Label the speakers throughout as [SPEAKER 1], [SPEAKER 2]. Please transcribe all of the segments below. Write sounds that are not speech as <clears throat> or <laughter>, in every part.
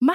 [SPEAKER 1] ما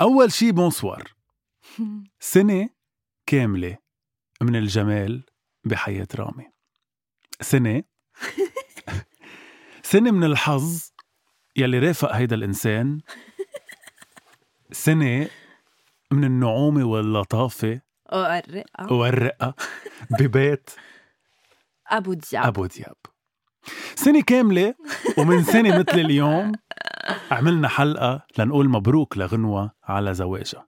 [SPEAKER 2] أول شي بونسوار سنة كاملة من الجمال بحياة رامي سنة سنة من الحظ يلي رافق هيدا الإنسان سنة من النعومة واللطافة
[SPEAKER 3] أقرقها
[SPEAKER 2] والرقة ببيت
[SPEAKER 3] أبو دياب
[SPEAKER 2] أبو دياب سنة كاملة ومن سنة مثل اليوم عملنا حلقة لنقول مبروك لغنوة على زواجها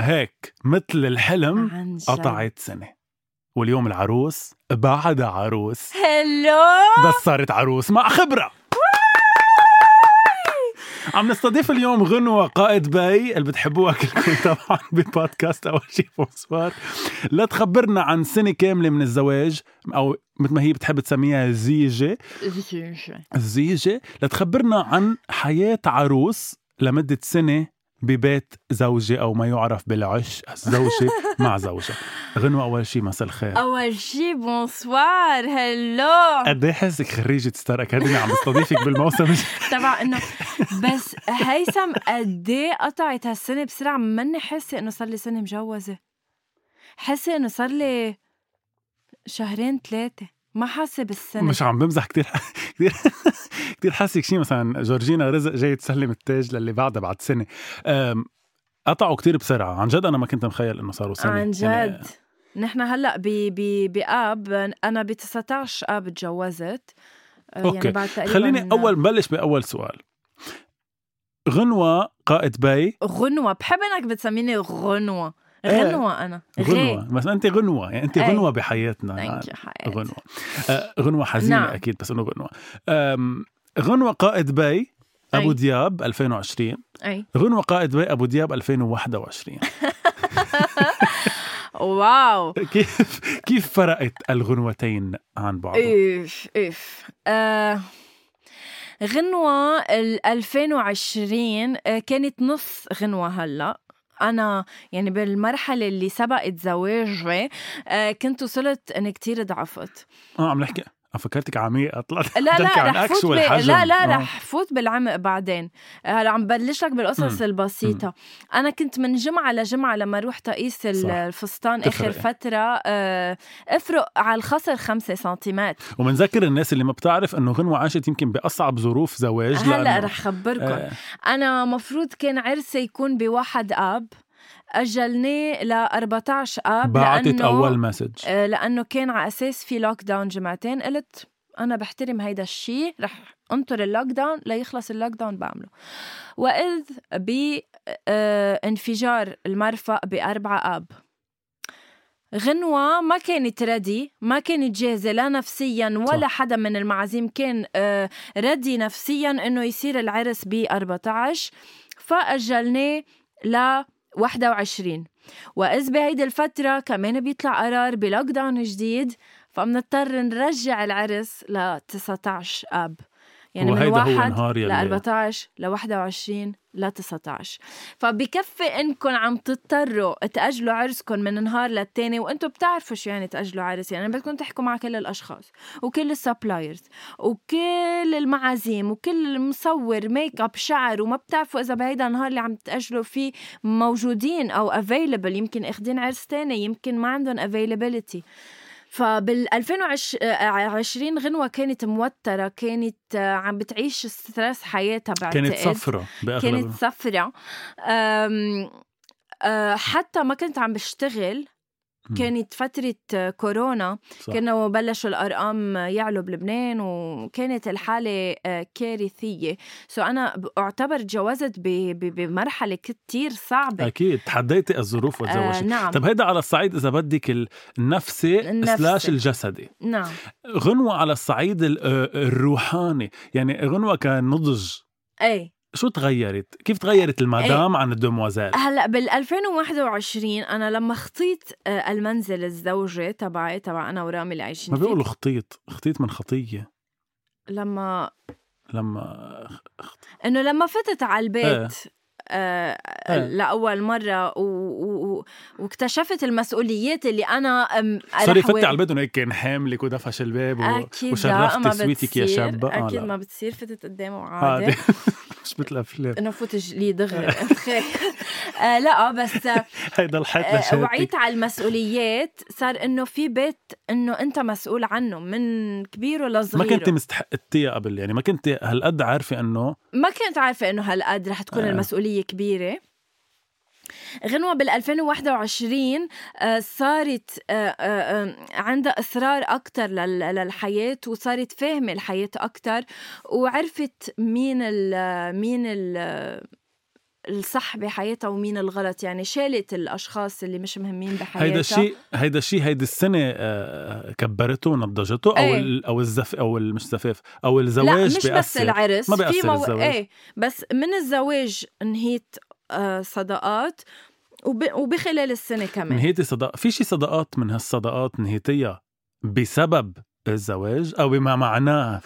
[SPEAKER 2] وهيك مثل الحلم
[SPEAKER 3] عن جد.
[SPEAKER 2] قطعت سنة واليوم العروس بعد عروس <laughs>
[SPEAKER 3] هلو
[SPEAKER 2] بس صارت عروس مع خبرة عم نستضيف اليوم غنوة قائد باي اللي بتحبوها كلكم طبعا ببودكاست اول شي بونسوار لا تخبرنا عن سنة كاملة من الزواج او مثل ما هي بتحب تسميها زيجة الزيجة لتخبرنا عن حياة عروس لمدة سنة ببيت زوجة أو ما يعرف بالعش الزوجة مع زوجها غنوة أول شي مساء الخير
[SPEAKER 3] أول شي بونسوار هلو
[SPEAKER 2] قد ايه حاسك خريجة ستار أكاديمي عم بستضيفك
[SPEAKER 3] <laughs>
[SPEAKER 2] بالموسم الج-
[SPEAKER 3] طبعا إنه بس هيثم قد إيه قطعت هالسنة بسرعة مني حاسة إنه صار لي سنة مجوزة حاسة إنه صار لي شهرين ثلاثة ما حاسة بالسنة
[SPEAKER 2] مش عم بمزح كتير كتير <laughs> كتير حاسك شي مثلا جورجينا رزق جاي تسلم التاج للي بعدها بعد سنة أم، قطعوا كتير بسرعة عن جد أنا ما كنت مخيل إنه صاروا سنة
[SPEAKER 3] عن
[SPEAKER 2] يعني
[SPEAKER 3] جد نحن هلا ب ب باب انا ب 19 اب تجوزت آه،
[SPEAKER 2] أوكي.
[SPEAKER 3] بعد تقريبا
[SPEAKER 2] خليني أول بلش بأول سؤال غنوة قائد باي
[SPEAKER 3] غنوه بحب انك بتسميني غنوه
[SPEAKER 2] إيه.
[SPEAKER 3] غنوه انا
[SPEAKER 2] غنوة بس انت غنوة يعني انت
[SPEAKER 3] أي.
[SPEAKER 2] غنوة بحياتنا يعني
[SPEAKER 3] ثانك يو حياتي
[SPEAKER 2] غنوة آه، غنوة حزينة
[SPEAKER 3] نعم.
[SPEAKER 2] اكيد بس انه غنوة آم، غنوة قائد باي ابو
[SPEAKER 3] أي.
[SPEAKER 2] دياب 2020
[SPEAKER 3] اي
[SPEAKER 2] غنوة قائد باي ابو دياب 2021
[SPEAKER 3] واو
[SPEAKER 2] <laughs> كيف كيف فرقت الغنوتين عن بعض
[SPEAKER 3] إيه. اف اف آه غنوة ال 2020 آه، كانت نص غنوة هلا أنا يعني بالمرحلة اللي سبقت زواجي آه، كنت وصلت إني كتير ضعفت
[SPEAKER 2] اه عم نحكي آه، فكرتك عميقة طلعت
[SPEAKER 3] لا
[SPEAKER 2] بتحكي
[SPEAKER 3] لا
[SPEAKER 2] عن
[SPEAKER 3] رح فوت ب...
[SPEAKER 2] actual حجم.
[SPEAKER 3] لا لا
[SPEAKER 2] آه.
[SPEAKER 3] رح فوت بالعمق بعدين هلا عم بلش لك بالقصص
[SPEAKER 2] مم.
[SPEAKER 3] البسيطة انا كنت من جمعة لجمعة لما اروح تقيس ال-
[SPEAKER 2] صح.
[SPEAKER 3] الفستان اخر
[SPEAKER 2] تفرق.
[SPEAKER 3] فترة آه، افرق على الخصر خمسة سنتيمات
[SPEAKER 2] ومنذكر الناس اللي ما بتعرف انه غنوة عاشت يمكن باصعب ظروف زواج
[SPEAKER 3] هلا
[SPEAKER 2] لأنه-
[SPEAKER 3] رح خبركم
[SPEAKER 2] آه،
[SPEAKER 3] انا مفروض كان عرسي يكون بواحد اب اجلناه ل 14 اب
[SPEAKER 2] بعتت
[SPEAKER 3] لأنه-
[SPEAKER 2] اول مسج
[SPEAKER 3] آه، لانه كان على اساس في لوك داون جمعتين قلت انا بحترم هيدا الشيء رح انطر اللوك داون ليخلص اللوك داون بعمله آه، واذ بانفجار المرفق باربعه اب غنوة ما كانت ردي ما كانت جاهزة لا نفسيا ولا
[SPEAKER 2] صح.
[SPEAKER 3] صح. حدا من المعازيم كان آه، ردي نفسيا انه يصير العرس ب 14 فاجلناه ل 21 واذ بهيدي الفتره كمان بيطلع قرار بلوك داون جديد فبنضطر نرجع العرس ل 19 اب يعني من
[SPEAKER 2] وهيدا هو
[SPEAKER 3] واحد
[SPEAKER 2] النهار
[SPEAKER 3] ل
[SPEAKER 2] يلي-
[SPEAKER 3] 14 ل 21 ل 19 فبكفي انكم عم تضطروا تاجلوا عرسكم من نهار للتاني وانتم بتعرفوا شو يعني تاجلوا عرس يعني بدكم تحكوا مع كل الاشخاص وكل السبلايرز وكل المعازيم وكل المصور ميك اب شعر وما بتعرفوا اذا بهيدا النهار اللي عم تاجلوا فيه موجودين او افيلبل يمكن اخدين عرس تاني يمكن ما عندهم افيلابيلتي فبال 2020 غنوة كانت موترة كانت آه، عم بتعيش ستريس حياتها بعتقد
[SPEAKER 2] كانت صفرة
[SPEAKER 3] كانت
[SPEAKER 2] باغلبها
[SPEAKER 3] صفرة أم، آه، حتى ما كنت عم بشتغل
[SPEAKER 2] مم.
[SPEAKER 3] كانت فترة آه، كورونا
[SPEAKER 2] صح.
[SPEAKER 3] كانوا بلشوا الأرقام يعلوا بلبنان وكانت الحالة آه، كارثية سو أنا ب- أعتبر تجاوزت ب- ب- بمرحلة كتير صعبة
[SPEAKER 2] اكيد تحديتي الظروف
[SPEAKER 3] آه
[SPEAKER 2] وتزوجتي
[SPEAKER 3] نعم
[SPEAKER 2] طب هيدا على الصعيد اذا بدك ال- النفسي
[SPEAKER 3] النفسي.
[SPEAKER 2] سلاش الجسدي
[SPEAKER 3] نعم
[SPEAKER 2] غنوة على الصعيد ال- آه، الروحاني يعني غنوة كنضج
[SPEAKER 3] اي
[SPEAKER 2] شو تغيرت كيف تغيرت المدام عن الدموازيل
[SPEAKER 3] هلا بال 2021 انا لما خطيت آه، المنزل الزوجي تبعي تبع انا ورامي اللي عايشين
[SPEAKER 2] ما
[SPEAKER 3] فيه
[SPEAKER 2] بيقولوا خطيط خطيط من خطية
[SPEAKER 3] لما
[SPEAKER 2] لما خ-
[SPEAKER 3] انه لما فتت على
[SPEAKER 2] إيه.
[SPEAKER 3] البيت آه
[SPEAKER 2] إيه.
[SPEAKER 3] لاول مره و... و... و- واكتشفت المسؤوليات اللي انا أم...
[SPEAKER 2] سوري
[SPEAKER 3] رح و-
[SPEAKER 2] فتي على البيت هيك كان حاملك ودفش الباب و...
[SPEAKER 3] اكيد لا ما
[SPEAKER 2] وشرفت سويتك يا
[SPEAKER 3] بتصير.
[SPEAKER 2] شابة آه،
[SPEAKER 3] اكيد
[SPEAKER 2] لا. آه،
[SPEAKER 3] ما بتصير فتت قدامه عادي
[SPEAKER 2] عادي <laughs> مش مثل الافلام
[SPEAKER 3] انه فوت لي
[SPEAKER 2] <laughs>
[SPEAKER 3] دغري <laughs> آه لا بس آه،
[SPEAKER 2] هيدا الحيط
[SPEAKER 3] آه،
[SPEAKER 2] لشهادتك
[SPEAKER 3] وعيت على المسؤوليات صار انه في بيت انه انت مسؤول عنه من كبيره
[SPEAKER 2] ما
[SPEAKER 3] لصغيره
[SPEAKER 2] كنت مستحقتيها قبل يعني ما كنت هالقد عارفة انه
[SPEAKER 3] ما كنت عارفة إنه هالقد رح تكون
[SPEAKER 2] آه.
[SPEAKER 3] آه. المسؤولية كبيرة غنوة بال 2021 آه، صارت آه، آه، آه، عندها إصرار أكتر لل- للحياة وصارت فاهمة الحياة أكتر وعرفت مين ال مين ال الصح بحياتها ومين الغلط يعني شالت الأشخاص اللي مش مهمين بحياتها
[SPEAKER 2] هيدا الشيء هيدا الشيء هيدي السنة آه، كبرته ونضجته او
[SPEAKER 3] إيه.
[SPEAKER 2] ال- او الزف او ال- مش زفاف او
[SPEAKER 3] لا
[SPEAKER 2] الزواج
[SPEAKER 3] مش بس
[SPEAKER 2] بيأثر
[SPEAKER 3] العرس
[SPEAKER 2] ما بيأثر
[SPEAKER 3] في مو...
[SPEAKER 2] الزواج.
[SPEAKER 3] ايه بس من الزواج نهيت آه صداقات وب... وبخلال السنه كمان
[SPEAKER 2] نهيتي صداقة في شي صداقات من هالصداقات نهيتيها بسبب الزواج او بما معناه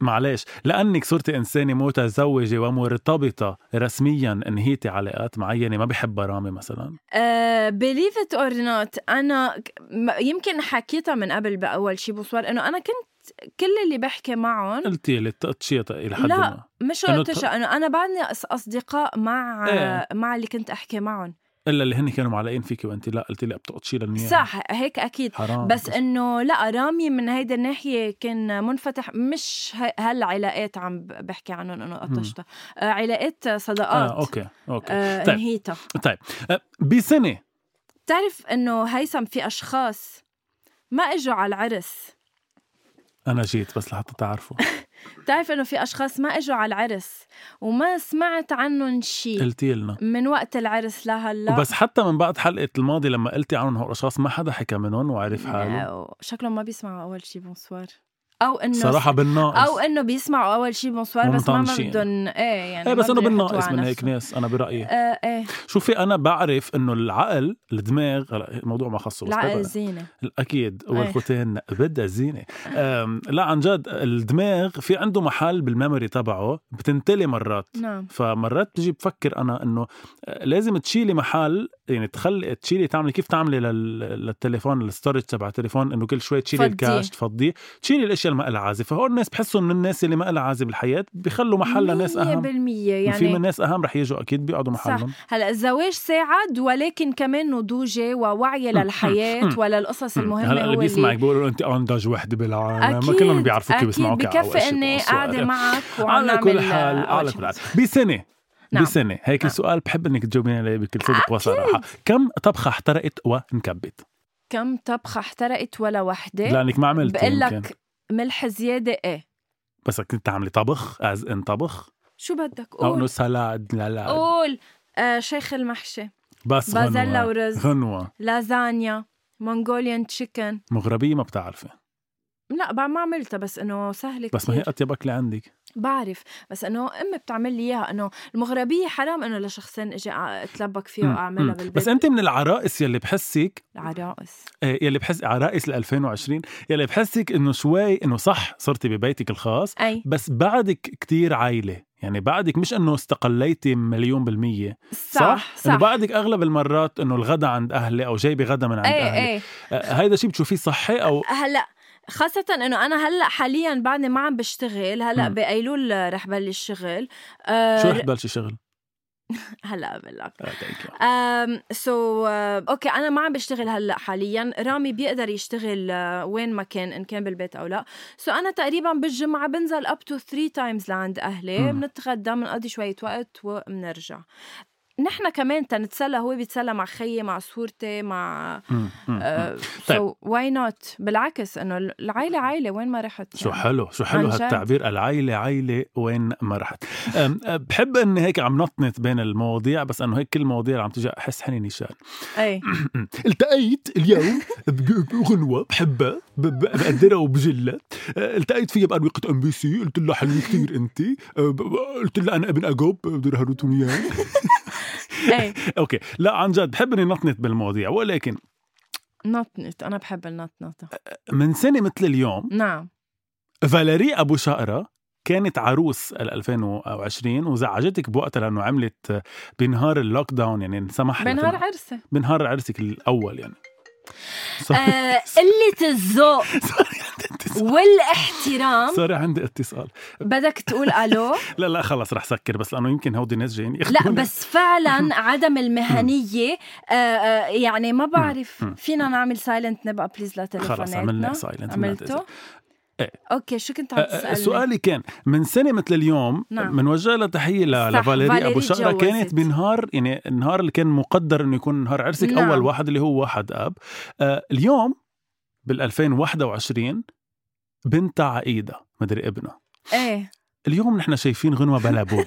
[SPEAKER 2] معلش لانك صرت انسانه متزوجه ومرتبطه رسميا انهيتي علاقات معينه ما بحبها رامي مثلا
[SPEAKER 3] آه، بليف ات اور نوت انا ك- م- يمكن حكيتها من قبل باول شيء بصور انه انا كنت كل اللي بحكي معهم
[SPEAKER 2] قلتي لي التقطشيه الى حد
[SPEAKER 3] لا.
[SPEAKER 2] ما
[SPEAKER 3] مش
[SPEAKER 2] إنه
[SPEAKER 3] قلت شو- انه انا بعدني أص- اصدقاء مع
[SPEAKER 2] إيه.
[SPEAKER 3] مع اللي كنت احكي معهم
[SPEAKER 2] الا اللي هن كانوا معلقين فيكي وانت لا قلتي لي بتقطشي للنيابه
[SPEAKER 3] صح هيك اكيد
[SPEAKER 2] حرام
[SPEAKER 3] بس انه لا رامي من هيدا الناحيه كان منفتح مش ه- هالعلاقات عم ب- بحكي عنهم انه قطشتها آه علاقات صداقات
[SPEAKER 2] اه اوكي اوكي
[SPEAKER 3] آه
[SPEAKER 2] طيب.
[SPEAKER 3] انهيتها
[SPEAKER 2] آه، بسنه
[SPEAKER 3] بتعرف انه هيثم في اشخاص ما اجوا على العرس
[SPEAKER 2] انا جيت بس لحتى تعرفوا
[SPEAKER 3] بتعرف انه في اشخاص ما اجوا على العرس وما سمعت عنهم شيء
[SPEAKER 2] قلتي لنا
[SPEAKER 3] من وقت العرس لهلا
[SPEAKER 2] بس حتى من بعد حلقه الماضي لما قلتي عنهم هالاشخاص ما حدا حكى منهم وعرف حاله
[SPEAKER 3] أو- شكلهم ما بيسمعوا اول شيء بونسوار او انه
[SPEAKER 2] صراحه بالناقص
[SPEAKER 3] او انه بيسمعوا اول شيء بونسوار بس ما
[SPEAKER 2] ومطنشين.
[SPEAKER 3] بدهم ايه يعني
[SPEAKER 2] ايه بس
[SPEAKER 3] ما
[SPEAKER 2] انه
[SPEAKER 3] بدهم يحطوا
[SPEAKER 2] بالناقص
[SPEAKER 3] على
[SPEAKER 2] من هيك
[SPEAKER 3] نفسهم.
[SPEAKER 2] ناس انا برايي
[SPEAKER 3] آه ايه
[SPEAKER 2] شوفي انا بعرف انه العقل الدماغ هلا الموضوع ما خصه بس
[SPEAKER 3] العقل
[SPEAKER 2] بقى-
[SPEAKER 3] زينه
[SPEAKER 2] اكيد
[SPEAKER 3] إيه. أه.
[SPEAKER 2] والختان بدها زينه أم، لا عن جد الدماغ في عنده محل بالميموري تبعه بتنتلي مرات
[SPEAKER 3] نعم
[SPEAKER 2] فمرات بتجي بفكر انا انه لازم تشيلي محل يعني تخلي تشيلي تعملي كيف تعملي لل... للتليفون الستورج تبع التليفون انه كل شوي تشيلي
[SPEAKER 3] تفضيه.
[SPEAKER 2] الكاش تفضيه تشيلي الاشياء اللي ما لها عازه فهول الناس بحسوا انه الناس اللي ما لها عازه بالحياه بيخلوا محل لناس اهم
[SPEAKER 3] 100%
[SPEAKER 2] يعني في من
[SPEAKER 3] يعني
[SPEAKER 2] ناس اهم رح يجوا اكيد بيقعدوا
[SPEAKER 3] صح.
[SPEAKER 2] محلهم
[SPEAKER 3] هلا الزواج ساعد ولكن كمان نضوجي ووعي للحياه وللقصص المهمه
[SPEAKER 2] هلا
[SPEAKER 3] هو
[SPEAKER 2] اللي بيسمعك بيقولوا انت انضج وحده بالعالم
[SPEAKER 3] اكيد
[SPEAKER 2] ما كلهم بيعرفوك
[SPEAKER 3] أكيد.
[SPEAKER 2] بيسمعوك
[SPEAKER 3] بكفي اني
[SPEAKER 2] <laughs>
[SPEAKER 3] قاعده معك وعم
[SPEAKER 2] على كل
[SPEAKER 3] نعمل،
[SPEAKER 2] حال
[SPEAKER 3] آه،
[SPEAKER 2] على
[SPEAKER 3] watch
[SPEAKER 2] كل حال
[SPEAKER 3] it.
[SPEAKER 2] بسنه
[SPEAKER 3] نعم.
[SPEAKER 2] بسنه هيك
[SPEAKER 3] نعم.
[SPEAKER 2] السؤال بحب انك تجاوبيني عليه بكل صدق وصراحه كم طبخه احترقت وانكبت
[SPEAKER 3] كم طبخه احترقت ولا وحده
[SPEAKER 2] لانك ما عملت
[SPEAKER 3] إيه. بقول
[SPEAKER 2] يمكن
[SPEAKER 3] لك ملح زياده ايه
[SPEAKER 2] بس كنت عامله طبخ از ان طبخ
[SPEAKER 3] شو بدك
[SPEAKER 2] او انه
[SPEAKER 3] قول
[SPEAKER 2] سلاد لا لا
[SPEAKER 3] قول آه شيخ المحشي
[SPEAKER 2] بس
[SPEAKER 3] بازلا
[SPEAKER 2] غنوه
[SPEAKER 3] ورز
[SPEAKER 2] غنوه
[SPEAKER 3] لازانيا مونغوليان تشيكن
[SPEAKER 2] مغربيه ما بتعرفي
[SPEAKER 3] لا بعد ما عملتها بس انه سهل
[SPEAKER 2] بس ما هي
[SPEAKER 3] كتير.
[SPEAKER 2] اطيب اكله عندك
[SPEAKER 3] بعرف بس انه امي بتعمل لي اياها انه المغربيه حرام انه لشخصين اجي أع- اتلبك فيها
[SPEAKER 2] مم، مم.
[SPEAKER 3] واعملها أيوة، بالبيت
[SPEAKER 2] بس انت من العرائس يلي بحسك
[SPEAKER 3] العراقس
[SPEAKER 2] آه، يلي بحس عرائس ل 2020 يلي بحسك انه شوي انه صح صرتي ببيتك الخاص
[SPEAKER 3] اي
[SPEAKER 2] بس بعدك كتير عائله يعني بعدك مش انه استقليتي مليون بالمية
[SPEAKER 3] صح
[SPEAKER 2] انه
[SPEAKER 3] صح, صح.
[SPEAKER 2] بعدك اغلب المرات انه الغدا عند اهلي او جايبه غدا من عند اهلي
[SPEAKER 3] اي اي
[SPEAKER 2] آه، هيدا شيء بتشوفيه صحي او
[SPEAKER 3] هلا خاصة انه انا هلا حاليا بعدني ما عم بشتغل هلا
[SPEAKER 2] مم.
[SPEAKER 3] بايلول رح بلش شغل آه
[SPEAKER 2] شو رح بلشي شغل
[SPEAKER 3] هلا بقول لك
[SPEAKER 2] آه، thank
[SPEAKER 3] أه،
[SPEAKER 2] you.
[SPEAKER 3] Um, سو اوكي انا uh, ما عم بشتغل هلا حاليا رامي بيقدر يشتغل آه، وين ما كان ان كان بالبيت او لا سو انا تقريبا بالجمعه بنزل اب تو 3 تايمز لعند اهلي
[SPEAKER 2] مم.
[SPEAKER 3] بنتغدى بنقضي شويه وقت وبنرجع نحن كمان تنتسلى هو بيتسلى مع خيي مع صورتي مع uh,
[SPEAKER 2] مم، مم،
[SPEAKER 3] أه،
[SPEAKER 2] مم. طيب.
[SPEAKER 3] سو واي نوت بالعكس انه العائله عائله وين ما رحت
[SPEAKER 2] شو
[SPEAKER 3] يعني.
[SPEAKER 2] حلو شو حلو
[SPEAKER 3] عن جد.
[SPEAKER 2] هالتعبير العيلة عيلة وين ما رحت أم، أه، بحب اني هيك عم نطنط بين المواضيع بس انه هيك كل مواضيع عم تجي احس حني نشان <laughs>
[SPEAKER 3] اي
[SPEAKER 2] التقيت اليوم <laughs> بج- بغنوة بحبها ب- ب- بقدرها وبجلها أه، التقيت فيها بأروقة ام بي سي قلت لها حلوة كثير انت أه، ب- ب- قلت لها انا ابن اجوب بدي هروتون اياه
[SPEAKER 3] اي
[SPEAKER 2] اوكي لا عن جد بحب اني نطنط بالمواضيع ولكن
[SPEAKER 3] نطنط انا بحب النطنطه
[SPEAKER 2] من سنه مثل اليوم
[SPEAKER 3] نعم
[SPEAKER 2] فاليري ابو شقره كانت عروس ال 2020 وزعجتك بوقتها لانه عملت بنهار اللوك داون يعني انسمح لها
[SPEAKER 3] بنهار
[SPEAKER 2] تن-
[SPEAKER 3] عرسه
[SPEAKER 2] بنهار عرسك الاول يعني سوري
[SPEAKER 3] آه، قله الذوق
[SPEAKER 2] <laughs> سوري عندي اتصال
[SPEAKER 3] والاحترام
[SPEAKER 2] سوري عندي اتصال
[SPEAKER 3] بدك تقول
[SPEAKER 2] <laughs>
[SPEAKER 3] الو
[SPEAKER 2] لا لا خلص رح سكر بس لانه يمكن هودي ناس جايين
[SPEAKER 3] لا
[SPEAKER 2] ياخذونا.
[SPEAKER 3] بس
[SPEAKER 2] <laughs>
[SPEAKER 3] فعلا عدم المهنيه آه، آه، يعني ما بعرف
[SPEAKER 2] مم.
[SPEAKER 3] فينا نعمل سايلنت نبقى بليز لتليفوناتنا
[SPEAKER 2] خلص عملنا سايلنت
[SPEAKER 3] عملته
[SPEAKER 2] إيه.
[SPEAKER 3] اوكي شو كنت عم
[SPEAKER 2] أه، أه،
[SPEAKER 3] تسالني
[SPEAKER 2] سؤالي كان من سنه مثل اليوم
[SPEAKER 3] نعم.
[SPEAKER 2] بنوجه لها تحيه ل-
[SPEAKER 3] صح،
[SPEAKER 2] لفاليري
[SPEAKER 3] فاليري
[SPEAKER 2] ابو شقره
[SPEAKER 3] تجوزت.
[SPEAKER 2] كانت بنهار يعني النهار اللي كان مقدر انه يكون نهار عرسك
[SPEAKER 3] نعم.
[SPEAKER 2] اول واحد اللي هو واحد اب آه اليوم بال 2021 بنتها عقيده مدري ابنها
[SPEAKER 3] ايه
[SPEAKER 2] اليوم نحن شايفين غنوه بلا بوبو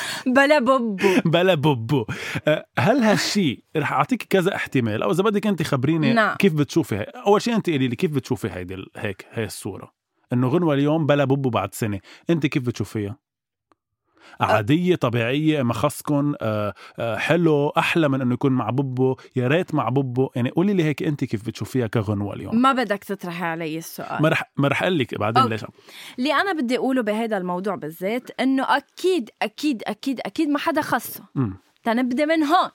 [SPEAKER 3] <laughs> بلا بوبو
[SPEAKER 2] بلا بوبو آه، هل هالشي رح اعطيك كذا احتمال او اذا بدك انت خبريني
[SPEAKER 3] نعم.
[SPEAKER 2] كيف بتشوفي هي. اول شيء انت قولي لي كيف بتشوفي هيدي ال- هيك هي الصوره انه غنوه اليوم بلا بوبو بعد سنه انت كيف بتشوفيها عادية طبيعية مخصكن آه، آه، حلو أحلى من أنه يكون مع بوبو يا ريت مع بوبو يعني قولي لي هيك أنت كيف بتشوفيها كغنوة اليوم
[SPEAKER 3] ما بدك تطرحي علي السؤال
[SPEAKER 2] ما رح ما رح أقول لك بعدين
[SPEAKER 3] أوكي.
[SPEAKER 2] ليش عم-
[SPEAKER 3] اللي انا بدي اقوله بهذا الموضوع بالذات انه اكيد اكيد اكيد اكيد ما حدا خصه
[SPEAKER 2] مم.
[SPEAKER 3] تنبدا من هون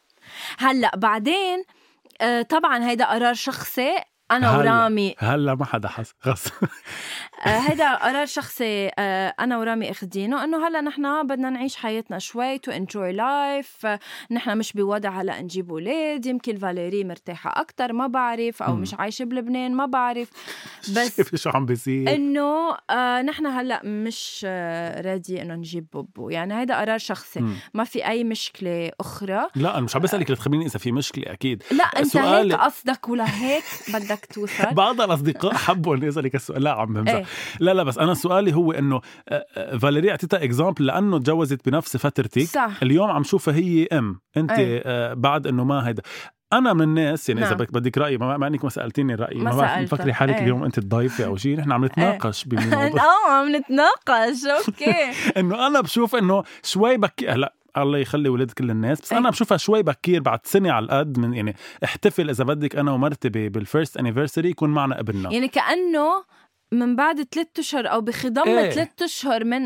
[SPEAKER 3] هلا بعدين آه، طبعا هيدا قرار شخصي انا
[SPEAKER 2] هلا.
[SPEAKER 3] ورامي
[SPEAKER 2] هلا ما حدا حس خلص <laughs>
[SPEAKER 3] آه، هيدا قرار شخصي آه، انا ورامي اخدينه انه هلا نحن بدنا نعيش حياتنا شوي تو انجوي لايف آه، نحن مش بوضع هلا نجيب اولاد يمكن فاليري مرتاحه اكثر ما بعرف او
[SPEAKER 2] مم.
[SPEAKER 3] مش عايشه بلبنان ما بعرف بس
[SPEAKER 2] شوفي شو عم
[SPEAKER 3] إيه.
[SPEAKER 2] بيصير
[SPEAKER 3] انه آه نحن هلا مش آه رادي انه نجيب بوبو يعني هيدا قرار شخصي
[SPEAKER 2] مم.
[SPEAKER 3] ما في اي مشكله اخرى
[SPEAKER 2] لا انا مش عم بسالك لتخبريني اذا في مشكله اكيد
[SPEAKER 3] لا انت
[SPEAKER 2] سؤالي-
[SPEAKER 3] هيك قصدك ولا هيك بدك توصل <laughs>
[SPEAKER 2] بعض الاصدقاء حبوا انه يسالك السؤال لا عم بمزح
[SPEAKER 3] ايه
[SPEAKER 2] لا لا بس انا سؤالي هو انه آه، آه، فاليري اعطيتها اكزامبل لانه تجوزت بنفس فترتك
[SPEAKER 3] صح
[SPEAKER 2] اليوم عم شوفها هي ام انت
[SPEAKER 3] إيه.
[SPEAKER 2] آه، بعد انه ما هيدا انا من الناس يعني اذا
[SPEAKER 3] نعم.
[SPEAKER 2] بدك بدك رايي ما, ما انك ما سالتيني رايي
[SPEAKER 3] ما
[SPEAKER 2] ما بعرف
[SPEAKER 3] سألتك.
[SPEAKER 2] مفكري حالك
[SPEAKER 3] إيه.
[SPEAKER 2] اليوم انت الضيفه او شيء نحن عم
[SPEAKER 3] <laughs>
[SPEAKER 2] نتناقش بموضوع
[SPEAKER 3] اه عم نتناقش اوكي
[SPEAKER 2] انه انا بشوف انه شوي بكي هلا الله يخلي ولاد كل الناس بس
[SPEAKER 3] إيه.
[SPEAKER 2] انا بشوفها شوي بكير بعد سنه على القد من يعني احتفل اذا بدك انا ومرتي ب- بالفيرست انيفرساري يكون معنا ابننا
[SPEAKER 3] يعني كانه من بعد ثلاث اشهر او بخضم
[SPEAKER 2] إيه.
[SPEAKER 3] ثلاث اشهر من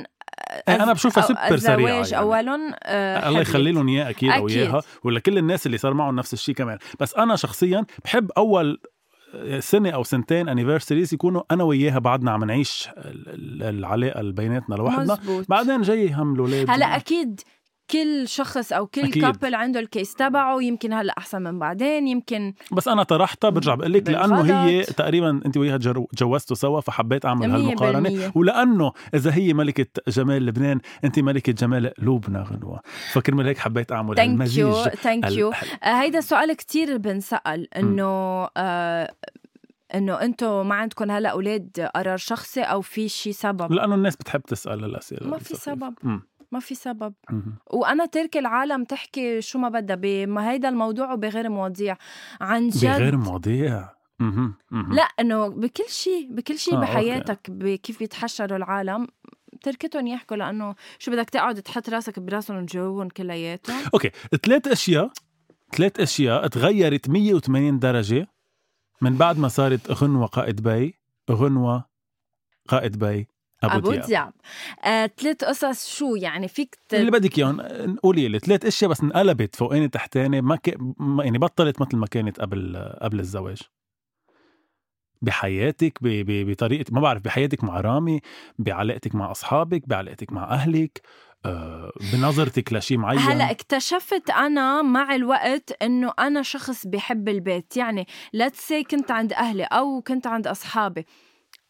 [SPEAKER 2] إيه، أنا بشوفها
[SPEAKER 3] أو-
[SPEAKER 2] سوبر سريعة
[SPEAKER 3] الزواج
[SPEAKER 2] يعني.
[SPEAKER 3] اولهم آه،
[SPEAKER 2] الله
[SPEAKER 3] حبيت.
[SPEAKER 2] يخلي لهم اياه اكيد او
[SPEAKER 3] أكيد.
[SPEAKER 2] اياها ولا كل الناس اللي صار معهم نفس الشيء كمان بس انا شخصيا بحب اول سنه او سنتين انيفرساريز يكونوا انا وياها بعدنا عم نعيش ال- ال- العلاقه اللي بيناتنا لوحدنا
[SPEAKER 3] مزبوط.
[SPEAKER 2] بعدين جاي هم الاولاد
[SPEAKER 3] هلا اكيد كل شخص او كل
[SPEAKER 2] أكيد.
[SPEAKER 3] كابل عنده الكيس تبعه يمكن هلا احسن من بعدين يمكن
[SPEAKER 2] بس انا طرحتها برجع بقول لك لانه هي
[SPEAKER 3] بالغلط.
[SPEAKER 2] تقريبا انت وياها جرو- جوزتوا سوا فحبيت اعمل
[SPEAKER 3] 100%
[SPEAKER 2] هالمقارنه ولانه اذا هي ملكه جمال لبنان انت ملكه جمال قلوبنا غنوه فكرمال هيك حبيت اعمل
[SPEAKER 3] ثانك
[SPEAKER 2] هالمزيج
[SPEAKER 3] يو ثانك
[SPEAKER 2] ال-
[SPEAKER 3] يو آه، هيدا سؤال كتير بنسال انه آه، انه انتم ما عندكم هلا اولاد قرار شخصي او في شي سبب
[SPEAKER 2] لانه الناس بتحب تسال الاسئله
[SPEAKER 3] ما في سبب.
[SPEAKER 2] مم.
[SPEAKER 3] ما في سبب
[SPEAKER 2] مم.
[SPEAKER 3] وانا ترك العالم تحكي شو ما بدها بهيدا الموضوع وبغير مواضيع عن جد
[SPEAKER 2] بغير مواضيع مهم. مهم.
[SPEAKER 3] لا انه بكل شيء بكل شيء
[SPEAKER 2] آه،
[SPEAKER 3] آه
[SPEAKER 2] أوكي.
[SPEAKER 3] بحياتك بكيف بيتحشروا العالم تركتهم يحكوا لانه شو بدك تقعد تحط راسك براسهم جوهم كلياتهم
[SPEAKER 2] اوكي ثلاث اشياء ثلاث اشياء تغيرت 180 درجه من بعد ما صارت غنوه قائد بي غنوه قائد بي ابو
[SPEAKER 3] ابو
[SPEAKER 2] دياب
[SPEAKER 3] دياب آه، تلات قصص شو يعني فيك ت-
[SPEAKER 2] اللي بدك اياهم قولي لي ثلاث اشياء بس انقلبت فوقاني تحتاني ما, ك... ما يعني بطلت مثل ما كانت قبل قبل الزواج بحياتك ب... ب... بطريقه ما بعرف بحياتك مع رامي بعلاقتك مع اصحابك بعلاقتك مع اهلك آه، بنظرتك لشيء معين
[SPEAKER 3] هلا إيه، اكتشفت انا مع الوقت انه انا شخص بحب البيت يعني لا سي كنت عند اهلي او كنت عند اصحابي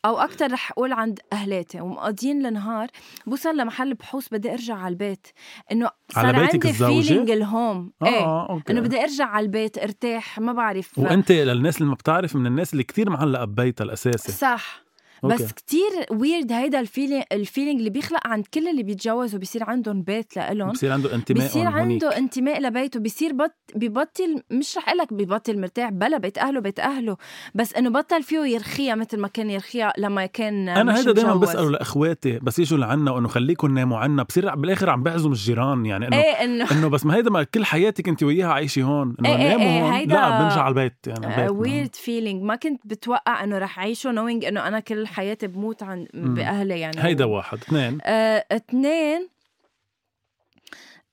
[SPEAKER 3] او اكثر رح اقول عند اهلاتي ومقضيين النهار بوصل لمحل بحوس بدي ارجع على البيت انه
[SPEAKER 2] على
[SPEAKER 3] صار
[SPEAKER 2] بيتك
[SPEAKER 3] عندي
[SPEAKER 2] الزوجة؟
[SPEAKER 3] فيلينج الهوم
[SPEAKER 2] اه
[SPEAKER 3] ايه
[SPEAKER 2] آه، اوكي
[SPEAKER 3] انه بدي ارجع على البيت ارتاح ما بعرف
[SPEAKER 2] وانت للناس اللي ما بتعرف من الناس اللي كتير معلقه ببيتها الاساسي
[SPEAKER 3] صح
[SPEAKER 2] أوكي.
[SPEAKER 3] بس كتير ويرد هيدا الفيلينج الفيلينج اللي بيخلق عند كل اللي بيتجوزوا بيصير عندهم بيت لإلهم
[SPEAKER 2] بصير عنده انتماء
[SPEAKER 3] بصير
[SPEAKER 2] هونيك.
[SPEAKER 3] عنده انتماء لبيته بصير بط ببطل مش رح لك ببطل مرتاح بلا بيت اهله بيت اهله بس انه بطل فيه يرخيها مثل ما كان يرخيها لما كان
[SPEAKER 2] انا
[SPEAKER 3] مش
[SPEAKER 2] هيدا دائما
[SPEAKER 3] مجوز.
[SPEAKER 2] بساله لاخواتي بس يجوا لعنا وانه خليكم ناموا عنا بصير بالاخر عم بعزم الجيران يعني انه
[SPEAKER 3] ايه انه
[SPEAKER 2] انه بس ما هيدا ما كل حياتك انت وياها عايشه هون انه
[SPEAKER 3] إيه إيه
[SPEAKER 2] ناموا
[SPEAKER 3] إيه،
[SPEAKER 2] هون
[SPEAKER 3] هيدا- آه،
[SPEAKER 2] لا بنرجع على البيت يعني على بيتنا.
[SPEAKER 3] ويرد فيلينج ما كنت بتوقع انه رح اعيشه نوينج انه انا كل حياتي بموت عن
[SPEAKER 2] مم.
[SPEAKER 3] باهلي يعني
[SPEAKER 2] هيدا واحد اثنين
[SPEAKER 3] آه، اتنين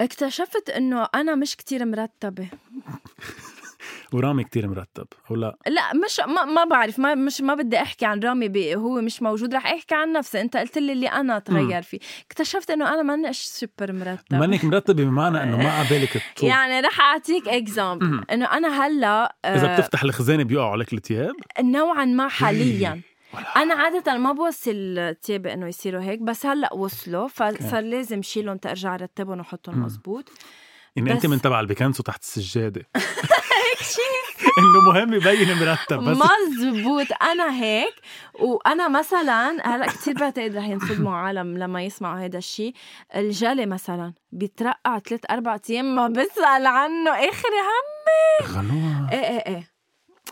[SPEAKER 3] اكتشفت انه انا مش كتير مرتبه
[SPEAKER 2] ورامي كتير مرتب او لا
[SPEAKER 3] لا مش ما, ما بعرف ما مش ما بدي احكي عن رامي ب- هو مش موجود رح احكي عن نفسي انت قلت لي اللي انا تغير فيه اكتشفت انه انا ماني سوبر مرتبه
[SPEAKER 2] منك مرتبه بمعنى انه ما على بالك تطوب
[SPEAKER 3] يعني رح اعطيك اكزامبل
[SPEAKER 2] مم.
[SPEAKER 3] انه انا هلا
[SPEAKER 2] اذا
[SPEAKER 3] آه،
[SPEAKER 2] بتفتح الخزانه بيقعوا عليك الثياب
[SPEAKER 3] نوعا ما حاليا
[SPEAKER 2] ولا.
[SPEAKER 3] انا عاده ما بوصل تيابي انه يصيروا هيك بس هلا وصلوا فصار لازم شيلهم ترجع رتبهم وحطهم
[SPEAKER 2] مم.
[SPEAKER 3] مزبوط
[SPEAKER 2] يعني
[SPEAKER 3] بس-
[SPEAKER 2] انت من تبع اللي بكنسوا
[SPEAKER 3] <laughs>
[SPEAKER 2] تحت السجاده <laughs> انه مهم يبين مرتب بس
[SPEAKER 3] مزبوط انا هيك وانا مثلا هلا كثير بعتقد رح ينصدموا عالم لما يسمعوا هذا الشيء الجلي مثلا بيترقع ثلاث اربع ايام ما بسال عنه إيه اخري هم
[SPEAKER 2] غنوة
[SPEAKER 3] ايه ايه ايه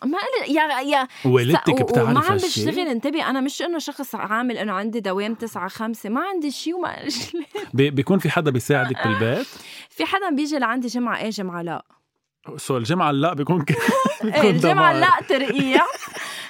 [SPEAKER 3] ما قلت- يا يا
[SPEAKER 2] والدتك
[SPEAKER 3] و- وما
[SPEAKER 2] بتعرف
[SPEAKER 3] عم
[SPEAKER 2] هالشيء
[SPEAKER 3] بشتغل انتبه انا مش انه شخص عامل انه عندي دوام تسعة خمسة ما عندي شيء وما <laughs>
[SPEAKER 2] بي- بيكون في حدا
[SPEAKER 3] آه.
[SPEAKER 2] بيساعدك بالبيت
[SPEAKER 3] في حدا بيجي لعندي جمعة ايه جمعة لا
[SPEAKER 2] سو الجمعة لا
[SPEAKER 3] <laughs>
[SPEAKER 2] بيكون ك... بيكون
[SPEAKER 3] ايه الجمعة
[SPEAKER 2] دمار.
[SPEAKER 3] لا ترقيع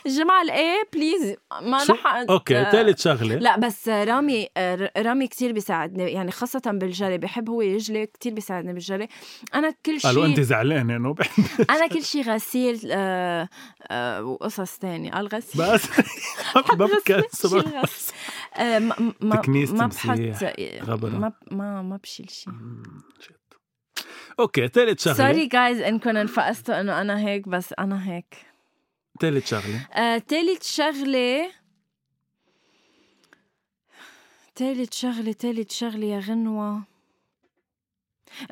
[SPEAKER 3] الجمعة الايه بليز ما
[SPEAKER 2] شو؟
[SPEAKER 3] رح
[SPEAKER 2] اوكي
[SPEAKER 3] آه،
[SPEAKER 2] ثالث شغلة
[SPEAKER 3] لا بس رامي رامي كتير بيساعدني يعني خاصة بالجلي بحب هو يجلي كتير بيساعدني بالجلي أنا كل
[SPEAKER 2] قالوا انت
[SPEAKER 3] شيء
[SPEAKER 2] زعلانة
[SPEAKER 3] <laughs>
[SPEAKER 2] انه بحب-
[SPEAKER 3] أنا كل شيء غسيل آه، آه، وقصص تانية قال غسيل
[SPEAKER 2] بس ما
[SPEAKER 3] شي
[SPEAKER 2] بكنسل
[SPEAKER 3] غسل. آه، ما ما
[SPEAKER 2] تكنيس
[SPEAKER 3] ما
[SPEAKER 2] تمسيح،
[SPEAKER 3] بحط
[SPEAKER 2] غبرة.
[SPEAKER 3] ما ما ما بشيل شيء
[SPEAKER 2] اوكي ثالث شغلة
[SPEAKER 3] سوري جايز انكم انفقستوا انه انا هيك بس انا هيك
[SPEAKER 2] ثالث شغلة
[SPEAKER 3] آه، تالت شغلة تالت شغلة تالت شغلة يا غنوة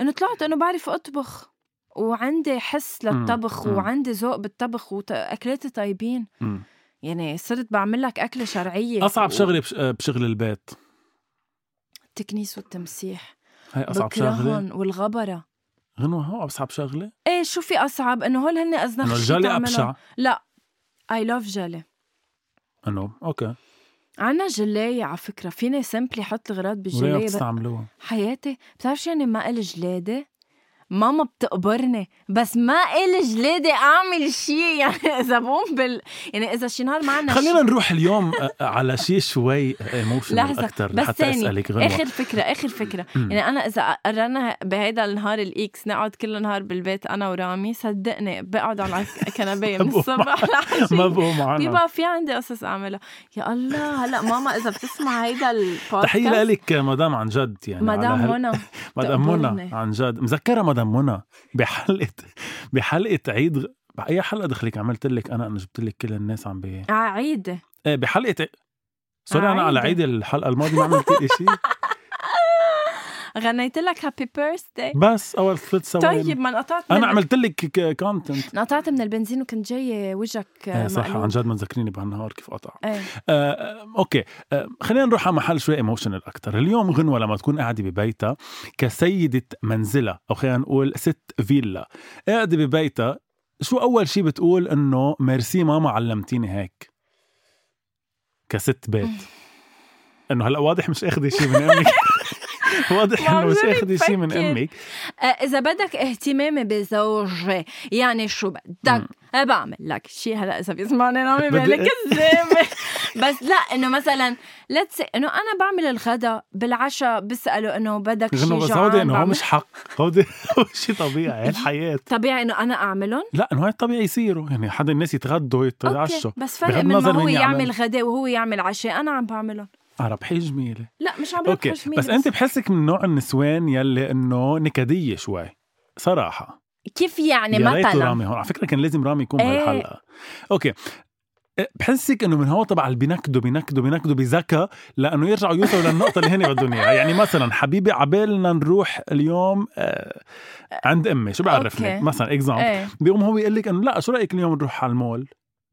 [SPEAKER 3] انه طلعت انه بعرف اطبخ وعندي حس
[SPEAKER 2] مم،
[SPEAKER 3] للطبخ
[SPEAKER 2] مم.
[SPEAKER 3] وعندي ذوق بالطبخ واكلاتي طيبين
[SPEAKER 2] مم.
[SPEAKER 3] يعني صرت بعمل لك اكله شرعيه
[SPEAKER 2] اصعب
[SPEAKER 3] و-
[SPEAKER 2] شغلة بش... آه، بشغل البيت
[SPEAKER 3] التكنيس والتمسيح
[SPEAKER 2] هاي اصعب شغلة
[SPEAKER 3] بكرهن والغبره
[SPEAKER 2] غنوة هو اصعب شغلة
[SPEAKER 3] ايه شو في اصعب انه هول هن ازنخ
[SPEAKER 2] انه
[SPEAKER 3] شي
[SPEAKER 2] الجلي
[SPEAKER 3] تعملهم.
[SPEAKER 2] ابشع
[SPEAKER 3] لا اي لاف جلي
[SPEAKER 2] انه اوكي
[SPEAKER 3] عنا جلاية على فكرة فيني سمبلي حط الغراض
[SPEAKER 2] ولا
[SPEAKER 3] بالجلاية بس
[SPEAKER 2] بتستعملوها
[SPEAKER 3] حياتي بتعرف شو يعني ما إلي جلادة؟ ماما بتقبرني بس ما إلي جلادة أعمل شيء <laughs> يعني إذا بقوم بال يعني إذا شي نهار ما عنا
[SPEAKER 2] خلينا
[SPEAKER 3] شي-
[SPEAKER 2] نروح اليوم آه، على شيء شوي ايموشنال
[SPEAKER 3] لحظة،
[SPEAKER 2] اكثر
[SPEAKER 3] بس
[SPEAKER 2] لحتى
[SPEAKER 3] ثانية.
[SPEAKER 2] اسالك غنوة
[SPEAKER 3] آخر فكرة آخر فكرة
[SPEAKER 2] مم.
[SPEAKER 3] يعني أنا إذا قررنا بهيدا النهار الإكس نقعد كل النهار بالبيت أنا ورامي صدقني بقعد على
[SPEAKER 2] <laughs>
[SPEAKER 3] الكنباية من
[SPEAKER 2] بقوم
[SPEAKER 3] <laughs> الصبح لعشية.
[SPEAKER 2] <laughs> ما بقوم عنها
[SPEAKER 3] بيبقى في عندي قصص أعملها يا الله هلا ماما إذا بتسمع هيدا البودكاست
[SPEAKER 2] تحية لك مدام عن جد يعني على
[SPEAKER 3] مدام
[SPEAKER 2] هال-
[SPEAKER 3] منى
[SPEAKER 2] مدام منى
[SPEAKER 3] تقبرني.
[SPEAKER 2] عن جد مذكره مدام منى بحلقه بحلقه عيد غ- باي حلقه دخلك عملت لك انا انه جبت لك كل الناس عم بي
[SPEAKER 3] عيدة
[SPEAKER 2] ايه بحلقه سوري انا على عيد
[SPEAKER 3] عيد.
[SPEAKER 2] الحلقه الماضيه ما عملت لي شيء
[SPEAKER 3] غنيت لك هابي بيرثداي
[SPEAKER 2] بس اول ثلاث ثواني
[SPEAKER 3] طيب ما انقطعت
[SPEAKER 2] انا
[SPEAKER 3] من-
[SPEAKER 2] عملت لك كونتنت
[SPEAKER 3] انقطعت من البنزين وكنت جاي وجهك
[SPEAKER 2] ايه
[SPEAKER 3] آه،
[SPEAKER 2] صح
[SPEAKER 3] مقلوب.
[SPEAKER 2] عن جد مذكريني بهالنهار كيف قطع
[SPEAKER 3] إيه.
[SPEAKER 2] آه، آه، اوكي آه، خلينا نروح على محل شوي ايموشنال اكثر اليوم غنوه لما تكون قاعده ببيتها كسيده منزلها او خلينا نقول ست فيلا قاعده ببيتها شو اول شيء بتقول انه ميرسي ماما علمتيني هيك كست بيت انه هلا واضح مش اخذه شيء من امك واضح انه مش
[SPEAKER 3] معجبة
[SPEAKER 2] اخذه شيء من
[SPEAKER 3] بفكر.
[SPEAKER 2] امك
[SPEAKER 3] آه، اذا بدك اهتمامي بزوجي يعني شو بدك أنا بعمل لك شيء هلا اذا بيسمعني رامي
[SPEAKER 2] بدي- إيه؟
[SPEAKER 3] بالي
[SPEAKER 2] <laughs>
[SPEAKER 3] كذابه بس لا انه مثلا ليتس انه انا بعمل الغداء بالعشاء بساله انه بدك شيء
[SPEAKER 2] غنوه بس
[SPEAKER 3] جوعان
[SPEAKER 2] هودي انه هو
[SPEAKER 3] بعمل-
[SPEAKER 2] مش حق هودي <laughs> هو شيء طبيعي هي الحياه
[SPEAKER 3] طبيعي انه انا اعملهم
[SPEAKER 2] لا انه هاي الطبيعي يصيروا يعني حدا الناس يتغدوا
[SPEAKER 3] اوكي
[SPEAKER 2] يتعشوا
[SPEAKER 3] بس فرق
[SPEAKER 2] بغض
[SPEAKER 3] من ما
[SPEAKER 2] النظر
[SPEAKER 3] هو
[SPEAKER 2] مين يعمل.
[SPEAKER 3] يعمل غداء وهو يعمل عشاء انا عم بعملهم
[SPEAKER 2] اه ربحي جميله
[SPEAKER 3] لا مش عم
[SPEAKER 2] اوكي
[SPEAKER 3] بلبخش مين
[SPEAKER 2] بس انت بحسك من نوع النسوان يلي انه نكديه شوي صراحه
[SPEAKER 3] كيف يعني
[SPEAKER 2] يا ريت
[SPEAKER 3] مثلا
[SPEAKER 2] رامي هون على فكره كان لازم رامي يكون
[SPEAKER 3] إيه.
[SPEAKER 2] بهالحلقه اوكي أه، بحسك انه من هون تبع اللي بينكدوا بينكدوا بينكدوا بذكاء لانه يرجعوا يوصلوا للنقطه اللي هن
[SPEAKER 3] <laughs>
[SPEAKER 2] بدهم اياها يعني مثلا حبيبي عبالنا نروح اليوم آه، عند امي شو بعرفني
[SPEAKER 3] أوكي.
[SPEAKER 2] مثلا اكزامبل
[SPEAKER 3] ايه
[SPEAKER 2] بيقوم هو يقول لك انه لا شو رايك اليوم نروح على المول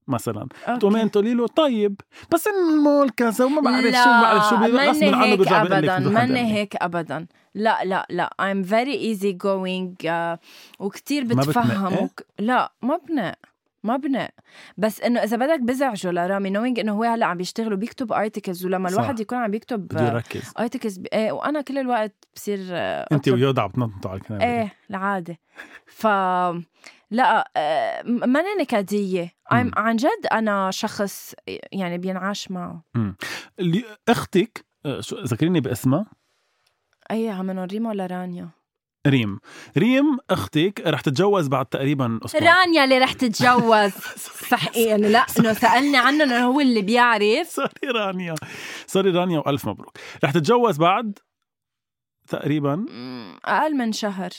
[SPEAKER 2] مثلا تقومي
[SPEAKER 3] اوكي
[SPEAKER 2] انت تقولي له طيب بس إن المول كذا وما بعرف شو
[SPEAKER 3] لا،
[SPEAKER 2] ما بعرف شو بي- غصب
[SPEAKER 3] مني
[SPEAKER 2] عنه
[SPEAKER 3] هيك
[SPEAKER 2] بيرجع بيقول لك
[SPEAKER 3] ابدا
[SPEAKER 2] بدو حدا
[SPEAKER 3] مني
[SPEAKER 2] يقول.
[SPEAKER 3] هيك ابدا لا لا لا I'm very easy going uh, وكتير
[SPEAKER 2] ما إيه؟
[SPEAKER 3] بتفهم
[SPEAKER 2] بتنقي؟
[SPEAKER 3] وك... لا ما بنق ما بنق بس انه اذا بدك بزعجه لرامي knowing انه هو هلا عم بيشتغل وبيكتب ارتكلز ولما
[SPEAKER 2] صح.
[SPEAKER 3] الواحد يكون عم
[SPEAKER 2] بده
[SPEAKER 3] بيكتب
[SPEAKER 2] يركز
[SPEAKER 3] ارتكلز ب... ايه وانا كل الوقت بصير آه،
[SPEAKER 2] انت
[SPEAKER 3] أطلب-
[SPEAKER 2] ويودا عم تنططوا على الكلام
[SPEAKER 3] ايه العاده ف لا آه، م- ماني نكديه
[SPEAKER 2] مم.
[SPEAKER 3] I'm- عن جد انا شخص يعني بينعاش معه
[SPEAKER 2] اللي اختك آه، شو ذكريني باسمها
[SPEAKER 3] اي عم نوريما ولا رانيا
[SPEAKER 2] ريم ريم اختك رح تتجوز بعد تقريبا اسبوع
[SPEAKER 3] رانيا اللي رح تتجوز <laughs> صح يعني لا انه سالني عنه انه هو اللي بيعرف
[SPEAKER 2] <laughs> سوري رانيا سوري رانيا والف مبروك رح تتجوز بعد تقريبا
[SPEAKER 3] مم، اقل من شهر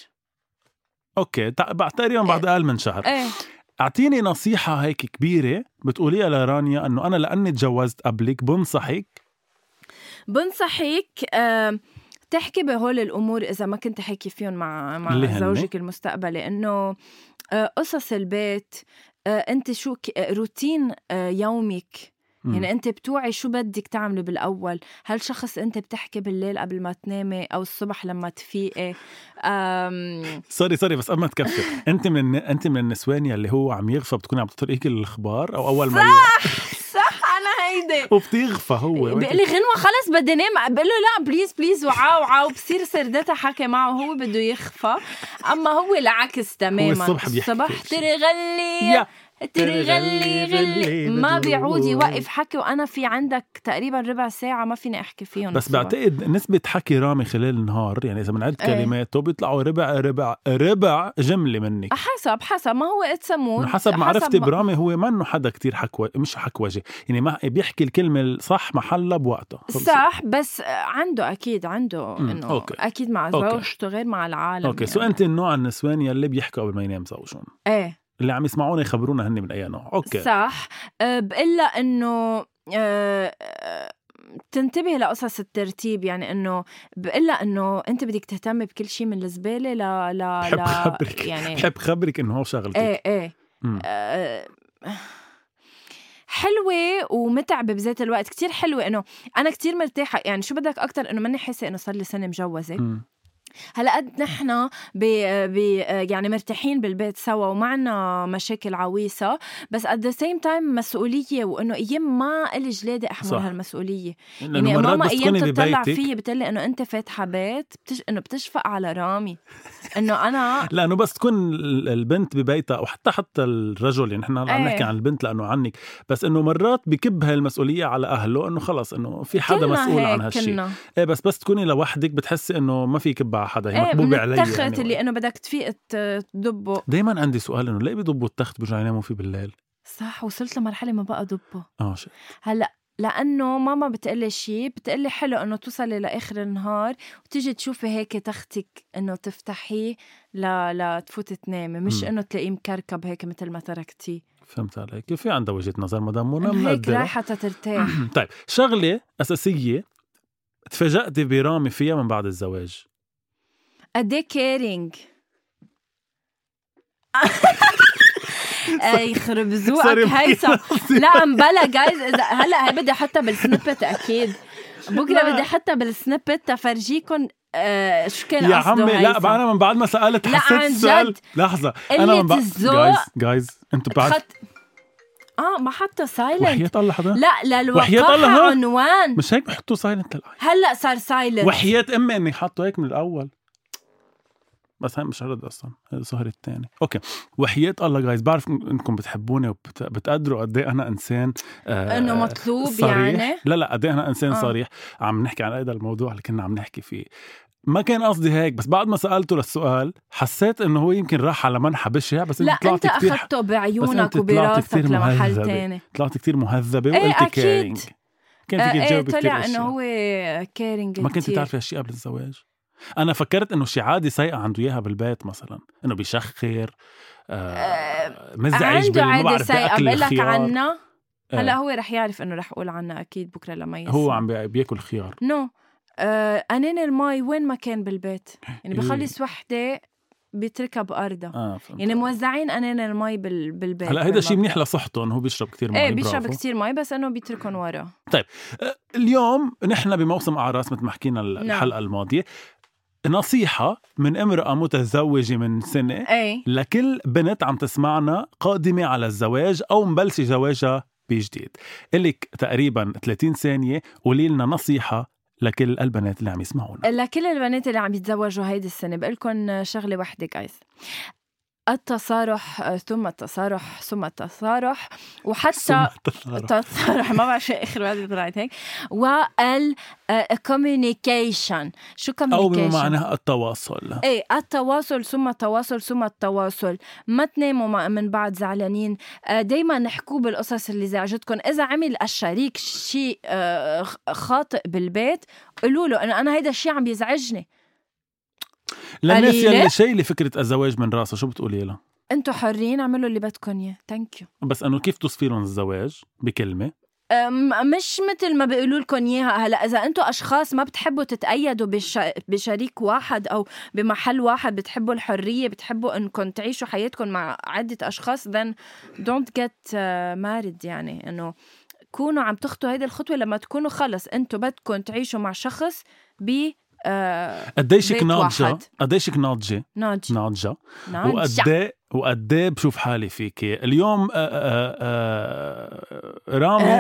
[SPEAKER 2] اوكي تق- بعد تقريبا بعد اقل من شهر
[SPEAKER 3] ايه
[SPEAKER 2] اعطيني نصيحة هيك كبيرة بتقوليها لرانيا انه انا لاني تجوزت قبلك بنصحك
[SPEAKER 3] بنصحك آم، تحكي بهول الامور اذا ما كنت حكي فيهم مع
[SPEAKER 2] اللي
[SPEAKER 3] مع
[SPEAKER 2] هن؟
[SPEAKER 3] زوجك المستقبلي انه آه، قصص البيت آه، انت شو ك- آه، روتين آه، يومك
[SPEAKER 2] مم.
[SPEAKER 3] يعني انت بتوعي شو بدك تعمله بالاول هل شخص انت بتحكي بالليل قبل ما تنامي او الصبح لما تفيقي آم،
[SPEAKER 2] سوري سوري بس قبل ما تكفي <laughs> انت من انت من النسوان يلي هو عم يغفى بتكوني عم تطرقي الاخبار او اول ما يوقع.
[SPEAKER 3] <laughs> صح انا هيدي
[SPEAKER 2] وبتغفى هو
[SPEAKER 3] بيقول لي غنوه خلص بدي نام بقول له لا بليز بليز وعاو وعاو بصير سردتها حكي معه هو بده يخفى اما هو العكس تماما
[SPEAKER 2] الصبح بيحكي
[SPEAKER 3] الصبح
[SPEAKER 2] شيء.
[SPEAKER 3] ترغلي
[SPEAKER 2] يا.
[SPEAKER 3] ترغلي غلي ما بيعود يوقف حكي وانا في عندك تقريبا ربع ساعه ما فيني احكي فيهم
[SPEAKER 2] بس
[SPEAKER 3] الصبح.
[SPEAKER 2] بعتقد نسبة حكي رامي خلال النهار يعني إذا بنعد
[SPEAKER 3] إيه.
[SPEAKER 2] كلماته بيطلعوا ربع ربع ربع جملة منك
[SPEAKER 3] حسب حسب ما هو اتس
[SPEAKER 2] إنه حسب معرفتي برامي هو ما إنه حدا كتير حكوة مش حكوجة يعني ما بيحكي الكلمة الصح محلها بوقتها خلص.
[SPEAKER 3] صح بس عنده اكيد عنده
[SPEAKER 2] مم،
[SPEAKER 3] انه
[SPEAKER 2] أوكي.
[SPEAKER 3] اكيد مع
[SPEAKER 2] أوكي.
[SPEAKER 3] زوجته غير مع العالم
[SPEAKER 2] أوكي سو
[SPEAKER 3] يعني.
[SPEAKER 2] أنت النوع النسوان يلي بيحكوا قبل ما ينام زوجهم
[SPEAKER 3] ايه
[SPEAKER 2] اللي عم يسمعونا يخبرونا هن من أي نوع أوكي
[SPEAKER 3] صح أه، بإلا انه أه، أه، تنتبه لقصص الترتيب يعني انه بإلا انه انت بدك تهتمي بكل شيء من الزباله ل ل
[SPEAKER 2] بحب
[SPEAKER 3] ل-
[SPEAKER 2] خبرك
[SPEAKER 3] يعني
[SPEAKER 2] بحب خبرك إنه هو شغلتك
[SPEAKER 3] ايه ايه
[SPEAKER 2] مم.
[SPEAKER 3] أه، حلوة ومتعبة بذات الوقت كتير حلوة انه انا كتير مرتاحة يعني شو بدك اكتر انه ماني حاسة انه صار لي سنة مجوزة
[SPEAKER 2] مم.
[SPEAKER 3] هلا قد نحن ب ب يعني مرتاحين بالبيت سوا ومعنا مشاكل عويصه بس at the same time مسؤوليه وانه ايام ما الي جلادي احمل
[SPEAKER 2] صح.
[SPEAKER 3] هالمسؤوليه
[SPEAKER 2] لأنه
[SPEAKER 3] يعني ماما
[SPEAKER 2] مرات
[SPEAKER 3] ايام
[SPEAKER 2] بتكوني
[SPEAKER 3] تطلع
[SPEAKER 2] ببيتك
[SPEAKER 3] فيي بتقلي انه انت فاتحه بيت بتش... انه بتشفق على رامي انه
[SPEAKER 2] <laughs>
[SPEAKER 3] انا
[SPEAKER 2] لانه بس تكون ال- البنت ببيتها او حتى حتى الرجل يعني نحن هلا عم
[SPEAKER 3] إيه.
[SPEAKER 2] نحكي عن البنت لانه عنك بس انه مرات بكب هاي المسؤوليه على اهله انه خلص انه في حدا
[SPEAKER 3] كلنا
[SPEAKER 2] مسؤول عن
[SPEAKER 3] هيك
[SPEAKER 2] هالشيء
[SPEAKER 3] كلنا.
[SPEAKER 2] ايه بس بس تكوني لوحدك بتحسي انه ما في كب على حدا هي
[SPEAKER 3] ايه
[SPEAKER 2] محبوبه
[SPEAKER 3] من
[SPEAKER 2] علي
[SPEAKER 3] التخت
[SPEAKER 2] يعني.
[SPEAKER 3] اللي انه بدك تفيق ت- تدبه
[SPEAKER 2] دايما عندي سؤال انه ليه بيضبوا التخت بيرجعوا يناموا فيه بالليل؟
[SPEAKER 3] صح وصلت لمرحله ما بقى دبه
[SPEAKER 2] اه شيء
[SPEAKER 3] هلا لانه ماما بتقلي شيء بتقلي حلو انه توصلي لاخر النهار وتيجي تشوفي هيك تختك انه تفتحيه ل... لتفوتي تنامي مش
[SPEAKER 2] مم.
[SPEAKER 3] انه تلاقيه مكركب هيك مثل ما تركتيه
[SPEAKER 2] فهمت عليك في عندها وجهه نظر مدام منى
[SPEAKER 3] إنه هيك
[SPEAKER 2] منقدرة.
[SPEAKER 3] رايحه تترتاح
[SPEAKER 2] <clears throat> طيب شغله اساسيه تفاجأتي برامي فيها من بعد الزواج
[SPEAKER 3] قد ايه كيرينج
[SPEAKER 2] <laughs>
[SPEAKER 3] يخرب
[SPEAKER 2] سوري،
[SPEAKER 3] ذوقك
[SPEAKER 2] ما
[SPEAKER 3] هيثم لا مبلا جايز اذا هلا هي بدي احطها بالسنبت اكيد بكره
[SPEAKER 2] لا.
[SPEAKER 3] بدي احطها بالسنبت تفرجيكم آه شو كان
[SPEAKER 2] يا
[SPEAKER 3] قصده
[SPEAKER 2] عمي لا
[SPEAKER 3] هيثم.
[SPEAKER 2] بقى انا من بعد ما سالت
[SPEAKER 3] لا،
[SPEAKER 2] حسيت
[SPEAKER 3] عن جد.
[SPEAKER 2] السؤال لحظه انا
[SPEAKER 3] قلة
[SPEAKER 2] من بعد
[SPEAKER 3] الذوق.
[SPEAKER 2] جايز جايز انتوا بعد
[SPEAKER 3] خط... اه ما حطوا
[SPEAKER 2] وحياة
[SPEAKER 3] سايلنت
[SPEAKER 2] الله حدا
[SPEAKER 3] لا
[SPEAKER 2] وحياة الله.
[SPEAKER 3] للوقاحة عنوان
[SPEAKER 2] مش هيك بحطوا سايلنت للاي
[SPEAKER 3] هلا صار سايلنت
[SPEAKER 2] وحياة امي اني حاطه هيك من الاول بس هاي مش عرض اصلا هذا الظهر الثاني اوكي وحياة الله جايز بعرف إن- انكم بتحبوني وبتقدروا قد ايه انا انسان آه،
[SPEAKER 3] انه مطلوب
[SPEAKER 2] صريح.
[SPEAKER 3] يعني
[SPEAKER 2] لا لا قد إيه انا انسان
[SPEAKER 3] آه.
[SPEAKER 2] صريح عم نحكي عن هذا الموضوع اللي كنا عم نحكي فيه ما كان قصدي هيك بس بعد ما سالته للسؤال حسيت انه هو يمكن راح على منحى بشع بس
[SPEAKER 3] لا
[SPEAKER 2] انت
[SPEAKER 3] انت
[SPEAKER 2] طلعتي كثير
[SPEAKER 3] اخذته
[SPEAKER 2] بس أنت
[SPEAKER 3] بعيونك
[SPEAKER 2] طلعتي
[SPEAKER 3] وبراسك
[SPEAKER 2] كتير
[SPEAKER 3] لمحل
[SPEAKER 2] مهذبة.
[SPEAKER 3] تاني
[SPEAKER 2] طلعت كتير مهذبه
[SPEAKER 3] إيه،
[SPEAKER 2] وقلت
[SPEAKER 3] أكيد.
[SPEAKER 2] كيرينج كان فيك
[SPEAKER 3] آه، ايه
[SPEAKER 2] تجاوبي كثير
[SPEAKER 3] طلع انه
[SPEAKER 2] أشياء.
[SPEAKER 3] هو كيرنج
[SPEAKER 2] ما كنت تعرفي هالشيء قبل الزواج انا فكرت انه شي عادي سيئه عنده اياها بالبيت مثلا انه بيشخر آه
[SPEAKER 3] آه،
[SPEAKER 2] مزعج
[SPEAKER 3] عنده
[SPEAKER 2] بال- ما
[SPEAKER 3] عادة
[SPEAKER 2] بعرف
[SPEAKER 3] سيئة
[SPEAKER 2] بأكل
[SPEAKER 3] بقول لك
[SPEAKER 2] الخيار.
[SPEAKER 3] عنا
[SPEAKER 2] آه،
[SPEAKER 3] هلا هو رح يعرف انه رح اقول عنا اكيد بكره لما يسمع
[SPEAKER 2] هو عم بي- بياكل خيار
[SPEAKER 3] نو آه، قنين المي وين ما كان بالبيت يعني
[SPEAKER 2] إيه.
[SPEAKER 3] بخلص وحده بيتركها بارضها
[SPEAKER 2] اه فهمت.
[SPEAKER 3] يعني موزعين قنين المي بال... بالبيت
[SPEAKER 2] هلا هيدا شيء
[SPEAKER 3] بالمطبخ.
[SPEAKER 2] منيح لصحتهم هو بيشرب كثير مي
[SPEAKER 3] ايه بيشرب
[SPEAKER 2] برافو.
[SPEAKER 3] كتير مي بس انه بيتركهم ورا
[SPEAKER 2] اليوم نحن بموسم اعراس مثل ما حكينا
[SPEAKER 3] نعم.
[SPEAKER 2] الحلقه الماضيه نصيحه من امراه متزوجه من سنه
[SPEAKER 3] ايه
[SPEAKER 2] لكل بنت عم تسمعنا قادمة على الزواج أو مبلشة زواجها بجديد إلك تقريبا 30 ثانية قولي لنا نصيحة لكل البنات اللي عم يسمعونا
[SPEAKER 3] لكل البنات اللي عم يتزوجوا هيدي السنه بقول لكم شغله وحده جايز التصارح آه، ثم التصارح ثم التصارح
[SPEAKER 2] ثم
[SPEAKER 3] وحتى
[SPEAKER 2] تتعرف.
[SPEAKER 3] التصارح ما بعرف شو اخر وحده طلعت هيك والكوميونيكيشن شو
[SPEAKER 2] أو
[SPEAKER 3] كوميونيكيشن؟
[SPEAKER 2] بمعنى التواصل
[SPEAKER 3] ايه التواصل ثم التواصل ثم التواصل ما تناموا مع- من بعض زعلانين دائما نحكوا بالقصص اللي زعجتكم اذا عمل الشريك شيء آه، خ- خاطئ بالبيت قولوا له انه انا هيدا الشيء عم يزعجني
[SPEAKER 2] للناس
[SPEAKER 3] قليلة؟
[SPEAKER 2] يلي شايلة فكرة الزواج من راسها شو بتقولي لها؟
[SPEAKER 3] انتم حرين اعملوا اللي بدكم اياه ثانك يو
[SPEAKER 2] بس أنه كيف توصفي لهم الزواج بكلمة
[SPEAKER 3] مش مثل ما بيقولوا لكم اياها هلا اذا انتم اشخاص ما بتحبوا تتايدوا بش... بشريك واحد او بمحل واحد بتحبوا الحريه بتحبوا انكم تعيشوا حياتكم مع عده اشخاص then don't get uh, married يعني انه كونوا عم تخطوا هيدي الخطوه لما تكونوا خلص انتم بدكم تعيشوا مع شخص ب آه،
[SPEAKER 2] قديشك
[SPEAKER 3] بيت
[SPEAKER 2] ناضجة
[SPEAKER 3] واحد.
[SPEAKER 2] قديشك ناضجة
[SPEAKER 3] ناج
[SPEAKER 2] ناضجة
[SPEAKER 3] ناج
[SPEAKER 2] نعم. وقد إيه وقد بشوف حالي فيكي اليوم آه، آه، آه، رامي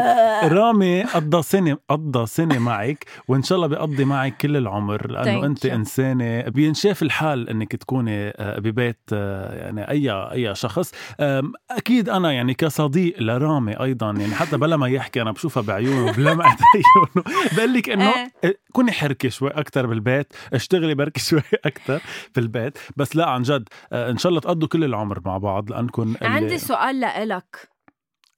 [SPEAKER 2] رامي قضى سنة قضى سنة معك وإن شاء الله بيقضي معك كل العمر لأنه
[SPEAKER 3] Thank
[SPEAKER 2] أنت
[SPEAKER 3] you.
[SPEAKER 2] إنسانة بينشاف الحال إنك تكوني آه، ببيت آه، يعني أي أي شخص آم، أكيد أنا يعني كصديق لرامي أيضا يعني حتى بلا ما يحكي أنا بشوفها بعيونه <laughs> بلمعة عيونه بقول لك إنه
[SPEAKER 3] إيه.
[SPEAKER 2] آه، كوني حركة شوي أكثر بالبيت اشتغلي بركي شوي أكثر بالبيت بس لا عن جد آه، إن شاء الله تقضوا كل العمر مع بعض لأنكم اللي-
[SPEAKER 3] عندي سؤال لإلك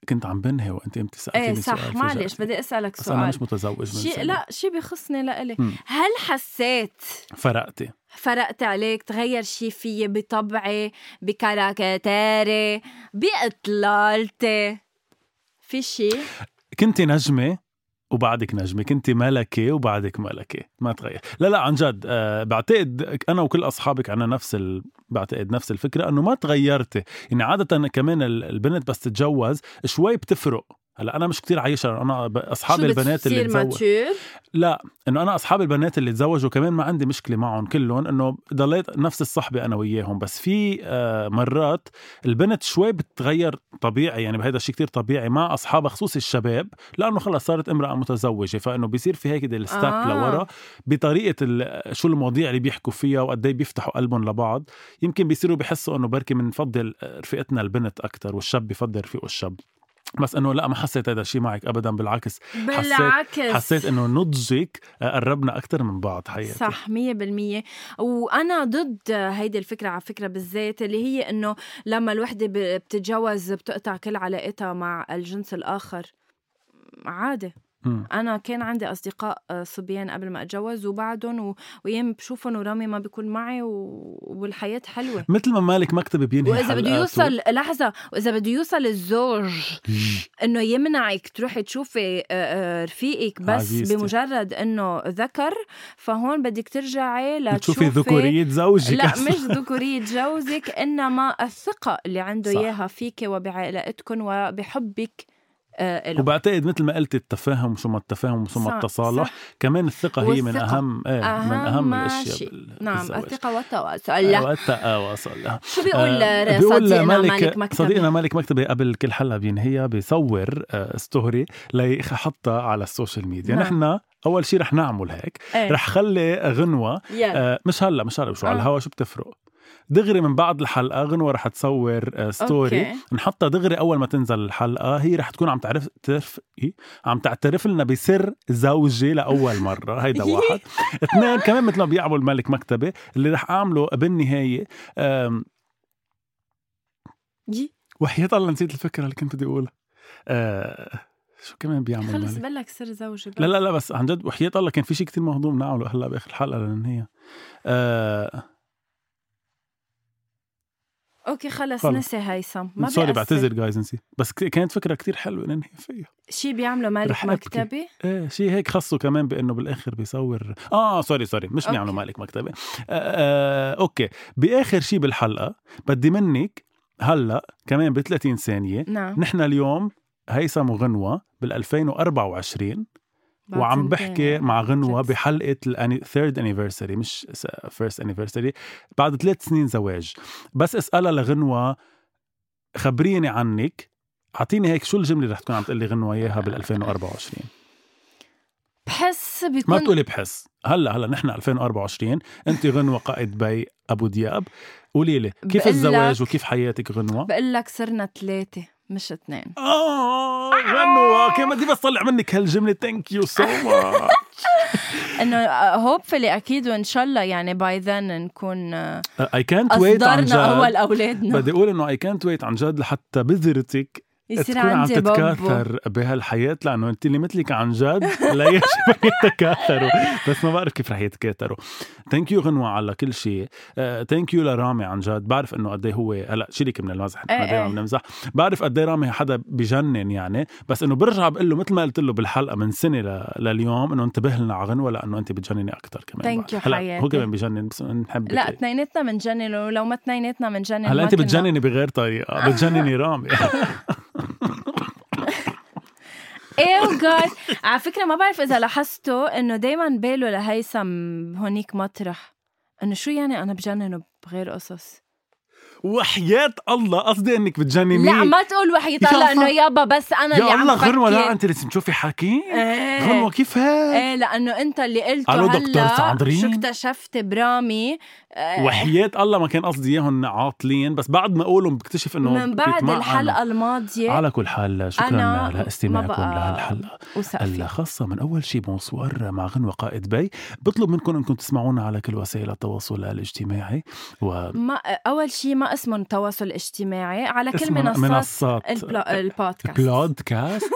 [SPEAKER 2] كنت عم بنهي وأنت أنت سألتني
[SPEAKER 3] ايه صح
[SPEAKER 2] سؤال
[SPEAKER 3] معلش
[SPEAKER 2] فجأتني.
[SPEAKER 3] بدي اسالك
[SPEAKER 2] بس أنا
[SPEAKER 3] سؤال
[SPEAKER 2] مش متزوج من
[SPEAKER 3] شي
[SPEAKER 2] سنة.
[SPEAKER 3] لا شي بيخصني لإلي
[SPEAKER 2] مم.
[SPEAKER 3] هل حسيت
[SPEAKER 2] فرقتي
[SPEAKER 3] فرقت عليك تغير شي فيي بطبعي بكاركتيري باطلالتي في شي
[SPEAKER 2] كنت نجمة وبعدك نجمة كنت ملكة وبعدك ملكة ما تغير لا لا عن جد آه، بعتقد أنا وكل أصحابك عنا نفس ال... بعتقد نفس الفكرة أنه ما تغيرتي يعني عادة كمان ال- البنت بس تتجوز شوي بتفرق هلا انا مش كتير عايشه انا ب- اصحاب
[SPEAKER 3] شو
[SPEAKER 2] البنات اللي
[SPEAKER 3] بتصير
[SPEAKER 2] تزوجوا
[SPEAKER 3] mature؟
[SPEAKER 2] لا انه انا اصحاب البنات اللي تزوجوا كمان ما عندي مشكله معهم كلهم انه ضليت نفس الصحبه انا وياهم بس في آه، مرات البنت شوي بتتغير طبيعي يعني بهذا الشيء كتير طبيعي مع اصحابها خصوصي الشباب لانه خلص صارت امراه متزوجه فانه بيصير في هيك الستاب آه.
[SPEAKER 3] آه.
[SPEAKER 2] لورا بطريقه ال- شو المواضيع اللي بيحكوا فيها وقد ايه بيفتحوا قلبهم لبعض يمكن بيصيروا بحسوا انه بركي بنفضل رفيقتنا البنت اكثر والشاب بفضل رفيقه الشاب بس انه لا ما حسيت هذا الشيء معك ابدا بالعكس
[SPEAKER 3] بالعكس
[SPEAKER 2] حسيت انه نضجك آه، قربنا اكثر من بعض حقيقه
[SPEAKER 3] صح مية بالمية وأنا ضد هيدي الفكرة على فكرة بالذات اللي هي إنه لما الوحدة ب- بتتجوز بتقطع كل علاقتها مع الجنس الآخر عادي
[SPEAKER 2] مم.
[SPEAKER 3] انا كان عندي اصدقاء آه، صبيان قبل ما اتجوز وبعدهم و... وايام بشوفهم ورامي ما بيكون معي و... والحياه
[SPEAKER 2] <laughs>
[SPEAKER 3] حلوه
[SPEAKER 2] مثل ما مالك مكتبه بينهي
[SPEAKER 3] واذا بده
[SPEAKER 2] حلقاته.
[SPEAKER 3] يوصل لحظه واذا بده يوصل الزوج انه يمنعك تروحي تشوفي آه، آه، رفيقك بس
[SPEAKER 2] عزيزتي.
[SPEAKER 3] عزيزتي. بمجرد انه ذكر فهون بدك ترجعي
[SPEAKER 2] بتشوفي
[SPEAKER 3] لتشوفي
[SPEAKER 2] ذكوريه زوجك
[SPEAKER 3] <laughs> لا
[SPEAKER 2] <laughs> أصلاً.
[SPEAKER 3] مش ذكورية جوزك إنما الثقة اللي عنده
[SPEAKER 2] صح.
[SPEAKER 3] إياها فيك وبعلاقتكم وبحبك آه له
[SPEAKER 2] وبعتقد مثل ما قلت التفاهم ثم التفاهم ثم
[SPEAKER 3] صح،
[SPEAKER 2] التصالح
[SPEAKER 3] صح.
[SPEAKER 2] كمان الثقه هي من
[SPEAKER 3] والثقة.
[SPEAKER 2] اهم ايه من اهم
[SPEAKER 3] أهم
[SPEAKER 2] الاشياء
[SPEAKER 3] شيء.
[SPEAKER 2] بال-
[SPEAKER 3] نعم
[SPEAKER 2] بالزواج.
[SPEAKER 3] الثقة والتواصل لا
[SPEAKER 2] والتقاوصل آه،
[SPEAKER 3] شو بيقول
[SPEAKER 2] آه،
[SPEAKER 3] آه
[SPEAKER 2] بيقول
[SPEAKER 3] صديقنا مالك مكتبي
[SPEAKER 2] صديقنا مالك مكتبي قبل كل حلقه بينهيها بيصور آه، ستوري ليحطها على السوشيال ميديا
[SPEAKER 3] نعم.
[SPEAKER 2] نحن اول شيء رح نعمل هيك
[SPEAKER 3] ايه.
[SPEAKER 2] رح خلي غنوه
[SPEAKER 3] إيه، يلا
[SPEAKER 2] آه، مش هلا مش هلا شو على
[SPEAKER 3] آه.
[SPEAKER 2] الهوا شو بتفرق دغري من بعد الحلقه غنوه رح تصور آه، ستوري
[SPEAKER 3] أوكي.
[SPEAKER 2] نحطها دغري اول ما تنزل الحلقه هي رح تكون عم تعرف تعرف إيه؟ عم تعترف لنا بسر زوجي لاول مره
[SPEAKER 3] <laughs>
[SPEAKER 2] هيدا واحد اثنين كمان مثل ما بيعمل ملك مكتبه اللي رح اعمله بالنهايه آم،
[SPEAKER 3] يي.
[SPEAKER 2] وحياة الله نسيت الفكره اللي كنت بدي اقولها آه، شو كمان بيعمل
[SPEAKER 3] خلص
[SPEAKER 2] مالك؟
[SPEAKER 3] بلك سر زوجي
[SPEAKER 2] لا لا لا بس عن جد وحياة الله كان في شيء كتير مهضوم نعمله هلا باخر الحلقه لان هي آه
[SPEAKER 3] اوكي خلص,
[SPEAKER 2] خلص.
[SPEAKER 3] نسي هيثم ما
[SPEAKER 2] سوري
[SPEAKER 3] بيأثر.
[SPEAKER 2] بعتذر جايز نسي بس ك- كانت فكره كتير حلوه ننهي فيها
[SPEAKER 3] شي بيعمله
[SPEAKER 2] رح
[SPEAKER 3] مالك
[SPEAKER 2] أبكي.
[SPEAKER 3] مكتبي
[SPEAKER 2] ايه شيء هيك خصه كمان بانه بالاخر بيصور اه سوري سوري مش
[SPEAKER 3] أوكي.
[SPEAKER 2] بيعملوا مالك مكتبه آه آه اوكي باخر شيء بالحلقه بدي منك هلا كمان ب 30 ثانيه
[SPEAKER 3] نعم
[SPEAKER 2] نحن اليوم هيثم وغنوه بال 2024
[SPEAKER 3] بعد
[SPEAKER 2] وعم
[SPEAKER 3] سنتين. يعني
[SPEAKER 2] بحكي مع غنوه
[SPEAKER 3] جد.
[SPEAKER 2] بحلقه الثيرد انيفرساري مش فيرست انيفرساري بعد ثلاث سنين زواج بس اسالها لغنوه خبريني عنك اعطيني هيك شو الجمله اللي رح تكون عم تقلي غنوه اياها بال 2024
[SPEAKER 3] بحس
[SPEAKER 2] ما
[SPEAKER 3] بيكون
[SPEAKER 2] بتقولي بحس هلا هلا نحن 2024 انت غنوه قائد بي ابو دياب قولي لي كيف
[SPEAKER 3] بقلك-
[SPEAKER 2] الزواج وكيف حياتك غنوه
[SPEAKER 3] بقول لك صرنا ثلاثة مش اثنين
[SPEAKER 2] اه غنوه كان بدي بس طلع منك هالجمله ثانك
[SPEAKER 3] <laughs>
[SPEAKER 2] يو سو ماتش
[SPEAKER 3] انه هوبفلي اكيد وان شاء الله يعني باي ذن نكون آه،
[SPEAKER 2] اي كانت ويت عن جد
[SPEAKER 3] اصدرنا اول اولادنا
[SPEAKER 2] بدي اقول انه اي كانت ويت عن جد لحتى بذرتك
[SPEAKER 3] يصير
[SPEAKER 2] تكون عم
[SPEAKER 3] عندي بابو
[SPEAKER 2] تتكاثر بهالحياه لانه انت اللي مثلك عن جد <laughs> لا يجب ان يتكاثروا بس ما بعرف كيف رح يتكاثروا ثانك يو غنوه على كل شيء ثانك يو لرامي عن جد بعرف انه قد إيه هو هلا شيلك من المزح نحن
[SPEAKER 3] إيه
[SPEAKER 2] دائما
[SPEAKER 3] إيه.
[SPEAKER 2] بنمزح بعرف قد إيه رامي حدا بجنن يعني بس انه برجع بقول له مثل ما قلت له بالحلقه من سنه ل... لليوم انه انتبه لنا على غنوه لانه انت بتجنني اكثر كمان
[SPEAKER 3] Thank
[SPEAKER 2] بعد.
[SPEAKER 3] you
[SPEAKER 2] هلا
[SPEAKER 3] حياتي.
[SPEAKER 2] هو كمان بيجنن بس نحب
[SPEAKER 3] لا اثنيناتنا بنجنن ولو ما اثنيناتنا بنجنن
[SPEAKER 2] هلا
[SPEAKER 3] ما
[SPEAKER 2] انت
[SPEAKER 3] كنا-
[SPEAKER 2] بتجنني بغير طريقه بتجنني رامي
[SPEAKER 3] <laughs> ايه جاد على فكره ما بعرف اذا لاحظتوا انه دائما باله لهيثم هونيك مطرح انه شو يعني انا بجنن بغير قصص
[SPEAKER 2] وحياة الله قصدي انك بتجنني
[SPEAKER 3] لا ما تقول وحي
[SPEAKER 2] يا
[SPEAKER 3] طلع انه
[SPEAKER 2] الله.
[SPEAKER 3] يابا بس انا اللي
[SPEAKER 2] يا
[SPEAKER 3] عم إيه.
[SPEAKER 2] الله غنوة لا
[SPEAKER 3] بفكر.
[SPEAKER 2] انت لازم تشوفي حكي
[SPEAKER 3] إيه.
[SPEAKER 2] غنوة كيف هيك
[SPEAKER 3] ايه لانه انت اللي قلته
[SPEAKER 2] ألو دكتور
[SPEAKER 3] هلا
[SPEAKER 2] سعدرين.
[SPEAKER 3] شو اكتشفت برامي آه،
[SPEAKER 2] وحياة الله ما كان قصدي اياهم عاطلين بس بعد ما اقولهم بكتشف انه
[SPEAKER 3] من بعد
[SPEAKER 2] بيتمعن.
[SPEAKER 3] الحلقه الماضيه
[SPEAKER 2] على كل حال شكرا
[SPEAKER 3] أنا
[SPEAKER 2] على
[SPEAKER 3] ما
[SPEAKER 2] استماعكم
[SPEAKER 3] بقى
[SPEAKER 2] لهالحلقة
[SPEAKER 3] وسقفي
[SPEAKER 2] الخاصة من أول شي بونسوار مع غنوة قائد بي بطلب منكم أنكم تسمعونا على كل وسائل التواصل الاجتماعي و
[SPEAKER 3] ما اول شيء ما اسمه تواصل اجتماعي على كل
[SPEAKER 2] اسمهم
[SPEAKER 3] منصات
[SPEAKER 2] منصات
[SPEAKER 3] البلا- <laughs> البودكاست
[SPEAKER 2] بلودكاست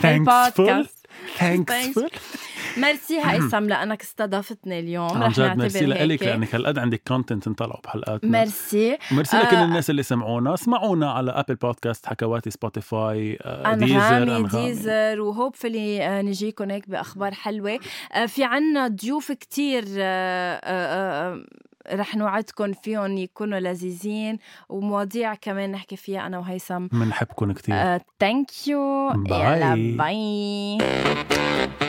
[SPEAKER 2] ثانكسفول
[SPEAKER 3] البودكاست.
[SPEAKER 2] ثانكسفول
[SPEAKER 3] ميرسي هيثم لانك استضافتني اليوم
[SPEAKER 2] عن
[SPEAKER 3] رح
[SPEAKER 2] جد ميرسي يعني.
[SPEAKER 3] نعتبر هيك
[SPEAKER 2] لك لانك هالقد عندك كونتنت انطلعوا بحلقاتنا
[SPEAKER 3] ميرسي
[SPEAKER 2] ميرسي لكل
[SPEAKER 3] آه.
[SPEAKER 2] الناس اللي سمعونا اسمعونا على ابل بودكاست حكواتي سبوتيفاي آه، ديزر
[SPEAKER 3] انغامي
[SPEAKER 2] أنغامي.
[SPEAKER 3] ديزر وهوبفلي آه، نجيكم هيك باخبار حلوه آه، في عنا ضيوف كتير آه، آه، آه، رح نوعدكم فيهم يكونوا لذيذين ومواضيع كمان نحكي فيها انا وهيثم آه،
[SPEAKER 2] منحبكم كثير
[SPEAKER 3] ثانك يو
[SPEAKER 2] باي.
[SPEAKER 3] باي